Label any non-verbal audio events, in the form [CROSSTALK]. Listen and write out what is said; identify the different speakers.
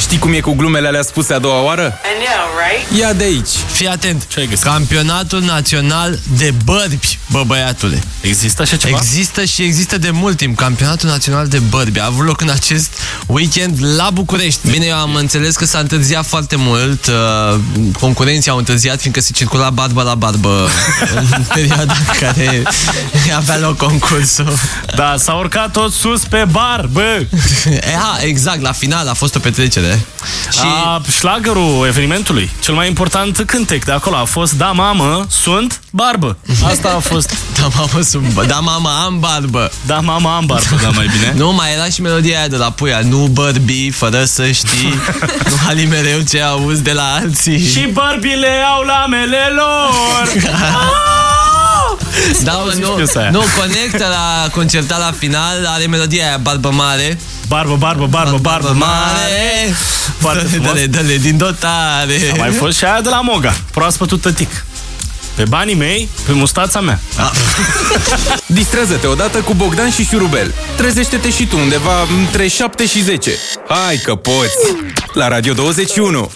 Speaker 1: Știi cum e cu glumele alea spuse a doua oară?
Speaker 2: I know, right?
Speaker 1: Ia de aici!
Speaker 3: Fii atent.
Speaker 4: Ce ai găsit?
Speaker 3: Campionatul național de bărbi, bă băiatule.
Speaker 4: Există așa ceva?
Speaker 3: Există și există de mult timp campionatul național de bărbi. A avut loc în acest weekend la București. Bine, eu am înțeles că s-a întârziat foarte mult. uh, Concurenții au întârziat, fiindcă se circula barbă la barbă
Speaker 4: [LAUGHS]
Speaker 3: în perioada în care avea loc concursul.
Speaker 4: Da, s-a urcat tot sus pe bar, bă!
Speaker 3: Ea, exact, la final a fost o petrecere. Și
Speaker 4: A, șlagărul evenimentului, cel mai important cântec de acolo a fost Da, mamă, sunt barbă. Asta a
Speaker 3: [LAUGHS]
Speaker 4: fost.
Speaker 3: da, mamă, sunt, bă- da, mama, am barbă.
Speaker 4: Da, mama, am barbă, da, mai [LAUGHS] bine.
Speaker 3: Nu, mai era și melodia aia de la Puia Nu bărbi fără să
Speaker 4: [LAUGHS]
Speaker 3: știi Nu hali mereu ce auzi de la alții
Speaker 4: Și bărbile au lamele [LAUGHS] lor!
Speaker 3: da, mă, nu,
Speaker 4: piesa aia.
Speaker 3: nu, Conect la concertat la final Are melodia aia, Barbă Mare
Speaker 4: Barbă, barbă, barbă, barbă, mare! Foarte
Speaker 3: Foarte
Speaker 4: frumos.
Speaker 3: dă-le, dă-le din dotare
Speaker 4: A mai fost și aia de la Moga, proaspătul tătic. Pe banii mei, pe mustața mea.
Speaker 1: Distrează-te odată cu Bogdan și Șurubel. Trezește-te și tu undeva între 7 și 10. Hai că poți! La Radio 21!